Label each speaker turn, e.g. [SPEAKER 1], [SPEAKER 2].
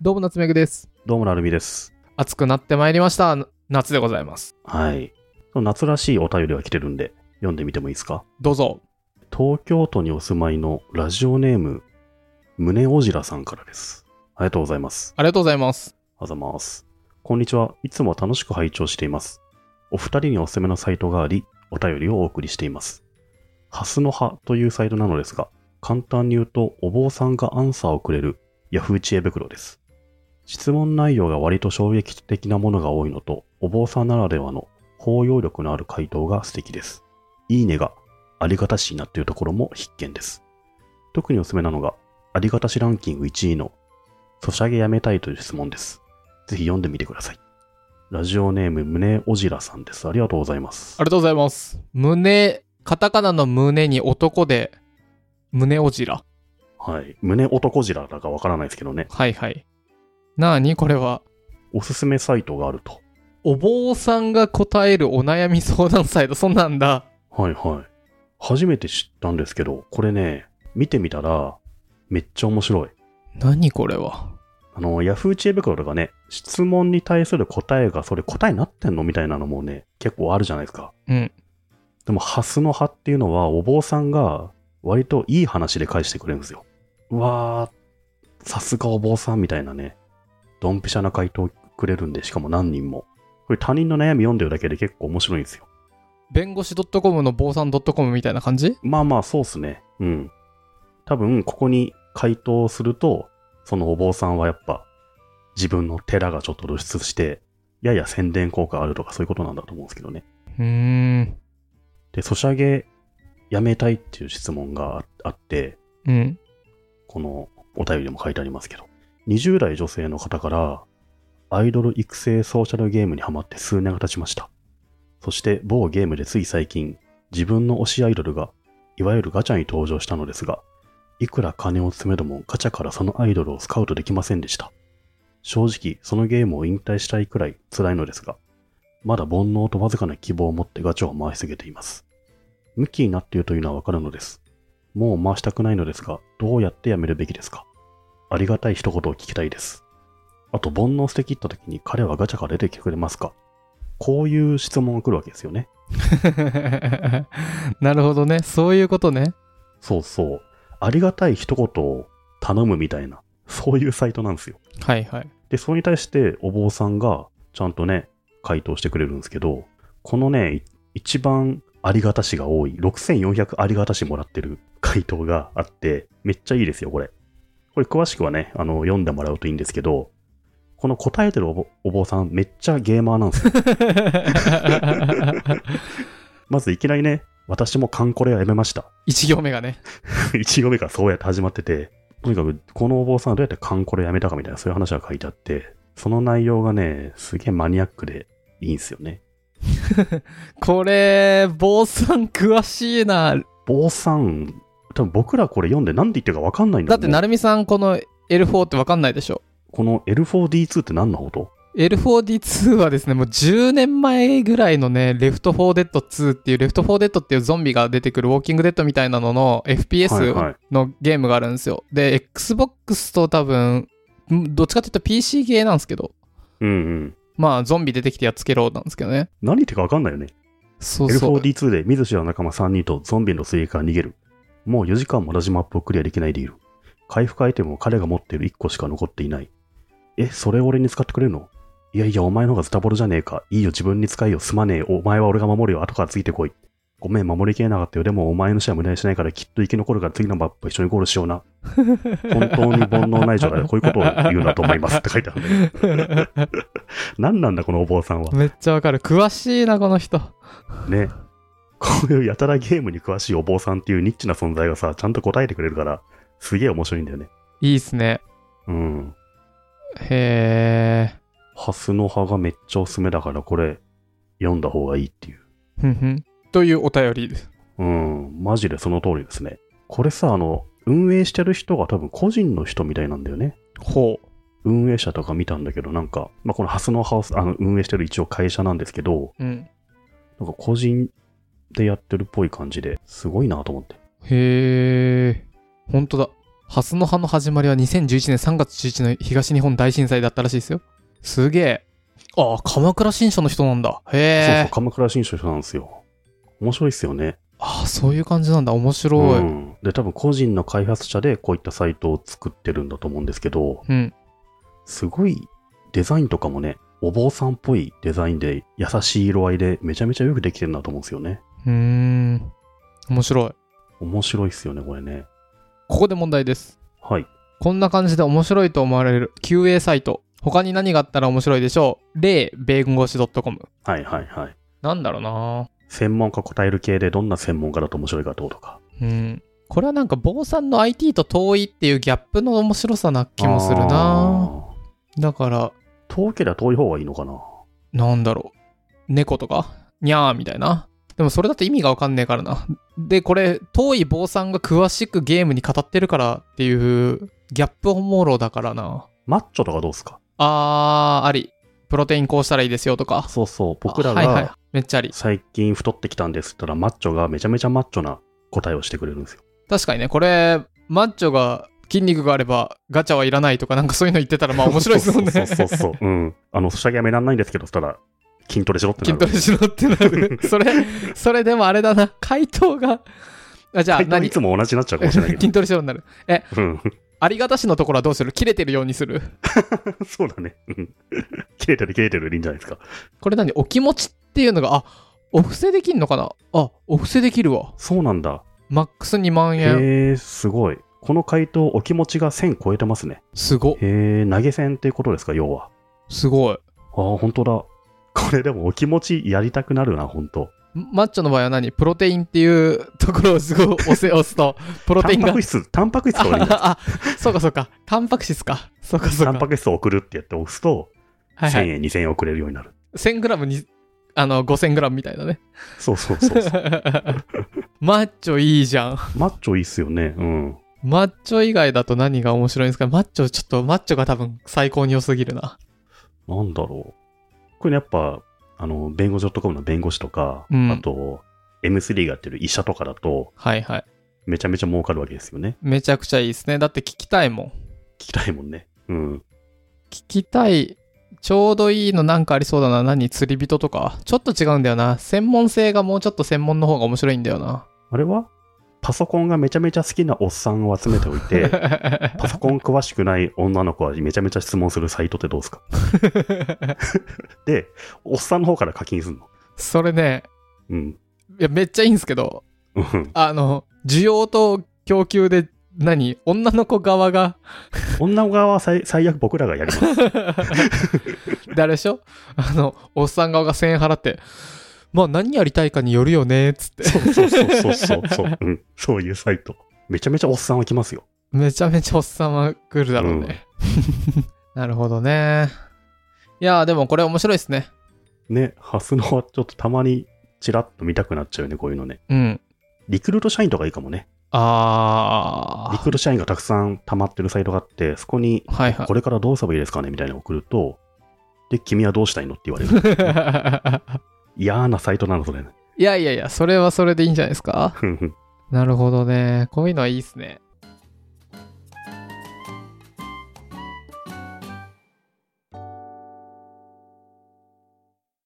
[SPEAKER 1] どうも夏目ぐです。
[SPEAKER 2] どうもなるみです。
[SPEAKER 1] 暑くなってまいりました。夏でございます。
[SPEAKER 2] はい。その夏らしいお便りが来てるんで、読んでみてもいいですか
[SPEAKER 1] どうぞ。
[SPEAKER 2] 東京都にお住まいのラジオネーム、胸おじらさんからです。ありがとうございます。
[SPEAKER 1] ありがとうございます。
[SPEAKER 2] あざます。こんにちは。いつも楽しく拝聴しています。お二人におすすめのサイトがあり、お便りをお送りしています。ハスの葉というサイトなのですが、簡単に言うと、お坊さんがアンサーをくれる Yahoo 知恵袋です。質問内容が割と衝撃的なものが多いのと、お坊さんならではの包容力のある回答が素敵です。いいねがありがたしいなというところも必見です。特におすすめなのが、ありがたしランキング1位の、ソシャゲやめたいという質問です。ぜひ読んでみてください。ラジオネーム、胸おじらさんです。ありがとうございます
[SPEAKER 1] あ。りがとうございます。胸、カタカナの胸に男で、胸おじら。
[SPEAKER 2] はい。胸男じらだかわからないですけどね。
[SPEAKER 1] はいはい。なあにこれは。
[SPEAKER 2] おすすめサイトがあると。
[SPEAKER 1] お坊さんが答えるお悩み相談サイト、そんなんだ。
[SPEAKER 2] はいはい。初めて知ったんですけど、これね、見てみたら、めっちゃ面白い。
[SPEAKER 1] 何これは。
[SPEAKER 2] あの、ヤフー知恵袋とかね、質問に対する答えがそれ答えになってんのみたいなのもね、結構あるじゃないですか。
[SPEAKER 1] うん。
[SPEAKER 2] でも、ハスの葉っていうのは、お坊さんが割といい話で返してくれるんですよ。うわー、さすがお坊さんみたいなね、ドンピシャな回答くれるんで、しかも何人も。これ他人の悩み読んでるだけで結構面白いんですよ。
[SPEAKER 1] 弁護士 .com の坊さん .com みたいな感じ
[SPEAKER 2] まあまあ、そうっすね。うん。多分、ここに回答すると、そのお坊さんはやっぱ、自分の寺がちょっと露出して、やや宣伝効果あるとかそういうことなんだと思うんですけどね。
[SPEAKER 1] うーん。
[SPEAKER 2] で、ソシャゲやめたいっていう質問がああって、
[SPEAKER 1] うん。
[SPEAKER 2] このお便りでも書いてありますけど、20代女性の方から、アイドル育成ソーシャルゲームにハマって数年が経ちました。そして某ゲームでつい最近、自分の推しアイドルが、いわゆるガチャに登場したのですが、いくら金を詰めどもガチャからそのアイドルをスカウトできませんでした。正直、そのゲームを引退したいくらい辛いのですが、まだ煩悩とわずかな希望を持ってガチャを回し続けています。向きになっているというのはわかるのです。もう回したくないのですが、どうやってやめるべきですかありがたい一言を聞きたいです。あと、煩悩捨て切った時に彼はガチャから出てきてくれますかこういう質問が来るわけですよね。
[SPEAKER 1] なるほどね。そういうことね。
[SPEAKER 2] そうそう。ありがたい一言を頼むみたいな、そういうサイトなんですよ。
[SPEAKER 1] はいはい。
[SPEAKER 2] で、それに対してお坊さんがちゃんとね、回答してくれるんですけど、このね、い一番ありがたしが多い、6400ありがたしもらってる回答があって、めっちゃいいですよ、これ。これ詳しくはね、あの、読んでもらうといいんですけど、この答えてるおぼお坊さん、めっちゃゲーマーなんですよ。 まずいきなりね、私もカンコレはやめました。
[SPEAKER 1] 一行目がね。
[SPEAKER 2] 1行目からそうやって始まってて、とにかくこのお坊さんはどうやってカンコレやめたかみたいなそういう話が書いてあって、その内容がね、すげえマニアックでいいんですよね。
[SPEAKER 1] これ、坊さん詳しいな。
[SPEAKER 2] 坊さん、多分僕らこれ読んで何て言ってるか分かんないんだ
[SPEAKER 1] だ
[SPEAKER 2] よ
[SPEAKER 1] っ
[SPEAKER 2] ね
[SPEAKER 1] て、なるみさん、この L4 ってわかんないでしょ。
[SPEAKER 2] この L4D2 って何のこと
[SPEAKER 1] L4D2 はですね、もう10年前ぐらいのね、レフト4デッド2っていう、レフト4デッドっていうゾンビが出てくるウォーキングデッドみたいなのの
[SPEAKER 2] はい
[SPEAKER 1] FPS
[SPEAKER 2] はい。
[SPEAKER 1] のゲームがあるんですよ。で、Xbox と多分、んどっちかっていうと PC ゲーなんですけど、
[SPEAKER 2] うんうん。
[SPEAKER 1] まあ、ゾンビ出てきてやっつけろなんですけどね。
[SPEAKER 2] 何言ってるか分かんないよね。
[SPEAKER 1] そうそう。
[SPEAKER 2] L4D2 で水城の仲間3人とゾンビの水泳から逃げる。もう4時間も同じマップをクリアできないでいる。回復アイテムを彼が持っている1個しか残っていない。え、それ俺に使ってくれるのいやいや、お前の方がズタボロじゃねえか。いいよ、自分に使えよ。すまねえ。お前は俺が守るよ。後からついてこい。ごめん、守りきれなかったよ。でも、お前の死は無駄にしないから、きっと生き残るから次のマップ一緒にゴールしような。本当に煩悩ない状態でこういうことを言うなと思います。って書いてあるんだよ。何なんだ、このお坊さんは。
[SPEAKER 1] めっちゃわかる。詳しいな、この人。
[SPEAKER 2] ね。こういうやたらゲームに詳しいお坊さんっていうニッチな存在がさ、ちゃんと答えてくれるから、すげえ面白いんだよね。
[SPEAKER 1] いいっすね。
[SPEAKER 2] うん。
[SPEAKER 1] へー。
[SPEAKER 2] ハスの葉がめっちゃおすすめだから、これ、読んだ方がいいっていう。
[SPEAKER 1] ふんふん。というお便りです。
[SPEAKER 2] うん。マジでその通りですね。これさ、あの、運営してる人が多分個人の人みたいなんだよね。
[SPEAKER 1] ほう。
[SPEAKER 2] 運営者とか見たんだけど、なんか、まあ、このハスの葉をあの運営してる一応会社なんですけど、
[SPEAKER 1] うん。
[SPEAKER 2] なんか個人でやってるっぽい感じで、すごいなと思って。
[SPEAKER 1] へー。ほんとだ。ハスの葉の始まりは2011年3月11日の東日本大震災だったらしいですよ。すげえ。ああ、鎌倉新書の人なんだ。
[SPEAKER 2] そうそ
[SPEAKER 1] へ
[SPEAKER 2] う、
[SPEAKER 1] え。
[SPEAKER 2] 鎌倉新書なんですよ。面白いっすよね。
[SPEAKER 1] ああ、そういう感じなんだ。面白い。
[SPEAKER 2] う
[SPEAKER 1] うん。
[SPEAKER 2] ん。で、多分個人の開発者でこういったサイトを作ってるんだと思うんですけど、すごいデザインとかもね、お坊さんっぽいデザインで優しい色合いでめちゃめちゃよくできてるなと思うんですよね。
[SPEAKER 1] うーん。面白い。
[SPEAKER 2] 面白いっすよね、これね。
[SPEAKER 1] ここで問題です。
[SPEAKER 2] はい。
[SPEAKER 1] こんな感じで面白いと思われる QA サイト。他に何があったら面白いでしょう例、米語し .com。
[SPEAKER 2] はいはいはい。
[SPEAKER 1] なんだろうな
[SPEAKER 2] 専門家答える系でどんな専門家だと面白いかってことか。
[SPEAKER 1] うん。これはなんか、坊さんの IT と遠いっていうギャップの面白さな気もするな
[SPEAKER 2] あー。
[SPEAKER 1] だから、
[SPEAKER 2] 遠ければ遠い方がいいのかな。
[SPEAKER 1] なんだろう。猫とかにゃーみたいな。でもそれだと意味がわかんねえからな。で、これ、遠い坊さんが詳しくゲームに語ってるからっていう、ギャップおもろだからな。
[SPEAKER 2] マッチョとかどうっすか
[SPEAKER 1] あー、あり。プロテインこうしたらいいですよとか。
[SPEAKER 2] そうそう。僕ら
[SPEAKER 1] あはいはい
[SPEAKER 2] が。
[SPEAKER 1] めっちゃあり。
[SPEAKER 2] 最近太ってきたんですって言ったら、マッチョがめちゃめちゃマッチョな答えをしてくれるんですよ。
[SPEAKER 1] 確かにね、これ、マッチョが筋肉があればガチャはいらないとかなんかそういうの言ってたらまあ面白いですもんね。
[SPEAKER 2] そうそうそうそうそう。うん。あの、そしゃげやめらんないんですけど、そし たら、筋トレしろってな
[SPEAKER 1] 筋
[SPEAKER 2] る。
[SPEAKER 1] トレしろってなる。それ、それでもあれだな、回答が。あじゃあ
[SPEAKER 2] 回答
[SPEAKER 1] 何
[SPEAKER 2] いつも同じになっちゃうかもしれない け
[SPEAKER 1] 筋トレしろになる。
[SPEAKER 2] ど。うん。
[SPEAKER 1] ありがたしのところはどうする切れてるようにする。
[SPEAKER 2] そうだね。うん 切れてる切れてるでいいんじゃないですか。
[SPEAKER 1] これ何お気持ちっていうのが、あお布施できんのかなあお布施できるわ。
[SPEAKER 2] そうなんだ。
[SPEAKER 1] マックス2万円。
[SPEAKER 2] へえ、すごい。この回答、お気持ちが1000超えてますね。
[SPEAKER 1] すご、
[SPEAKER 2] へえ、投げ銭っていうことですか、要は。
[SPEAKER 1] すごい。
[SPEAKER 2] ああ、本当だ。これでもお気持ちやりたくなるな、本当。
[SPEAKER 1] マッチョの場合は何プロテインっていうところをすごい押せ押すと、プロ
[SPEAKER 2] タ
[SPEAKER 1] テイン
[SPEAKER 2] ンパ
[SPEAKER 1] が
[SPEAKER 2] ク質、タンパク質とかでいいんだ
[SPEAKER 1] あ、あそうかそうか。タンパク質か。そうかそう
[SPEAKER 2] タ
[SPEAKER 1] か。
[SPEAKER 2] ンパク質を送るってやって押すと、
[SPEAKER 1] はいはい。
[SPEAKER 2] 1000円、2000円送れるようになる。
[SPEAKER 1] 1000グラムに、あの、5000グラムみたいなね。
[SPEAKER 2] そうそうそ うそう。
[SPEAKER 1] マッチョいいじゃん。
[SPEAKER 2] マッチョいいっすよね。うん。
[SPEAKER 1] マッチョ以外だと何が面白いんですかマッチョ、ちょっとマッチョが多分最高に良すぎるな。
[SPEAKER 2] なんだろう。これね、やっぱ、あの、弁護士 .com の弁護士とか、
[SPEAKER 1] うん
[SPEAKER 2] あと、M3 がやってる医者とかだと、
[SPEAKER 1] はいはい。
[SPEAKER 2] めちゃめちゃ儲かるわけですよね。
[SPEAKER 1] めちゃくちゃいいですね。だって聞きたいもん。
[SPEAKER 2] 聞きたいもんね。うん。
[SPEAKER 1] 聞きたい。ちょうどいいのなんかありそうだな。何釣り人とか。ちょっと違うんだよな。専門性がもうちょっと専門の方が面白いんだよな。
[SPEAKER 2] あれはパソコンがめちゃめちゃ好きなおっさんを集めておい て、パソコン詳しくない女の子はめちゃめちゃ質問するサイトってどうですかで、おっさんの方から課金すんの。
[SPEAKER 1] それね、
[SPEAKER 2] うん。
[SPEAKER 1] いや、めっちゃいいんですけど、
[SPEAKER 2] うん
[SPEAKER 1] あの、需要と供給で、何女の子側が、
[SPEAKER 2] 女側は最最悪僕らがやります。
[SPEAKER 1] 誰 でしょあの、おっさん側が1000円払って、まあ何やりたいかによるよね、つって。
[SPEAKER 2] そうそうそうそうそう。うん。そういうサイト。めちゃめちゃおっさんは来ますよ。
[SPEAKER 1] めちゃめちゃおっさんは来るだろうね。 なるほどね。いやー、でもこれ面白いですね。
[SPEAKER 2] ね、ハスのはちょっとたまにチラッと見たくなっちゃうよね、こういうのね。
[SPEAKER 1] うん。
[SPEAKER 2] リクルート社員とかいいかもね。リ
[SPEAKER 1] あ
[SPEAKER 2] クルート社員がたくさん溜まってるサイトがあって、そこに
[SPEAKER 1] ー。はいは
[SPEAKER 2] これからどうすればいいですかねみたいなのを送ると、で、君はどうしたいのって言わ れる。
[SPEAKER 1] い。
[SPEAKER 2] 嫌なサイトなの、それね。
[SPEAKER 1] いやいやいや、それはそれでいいんじゃないですか
[SPEAKER 2] ふんふん
[SPEAKER 1] なるほどね。こういうのはいいっすね。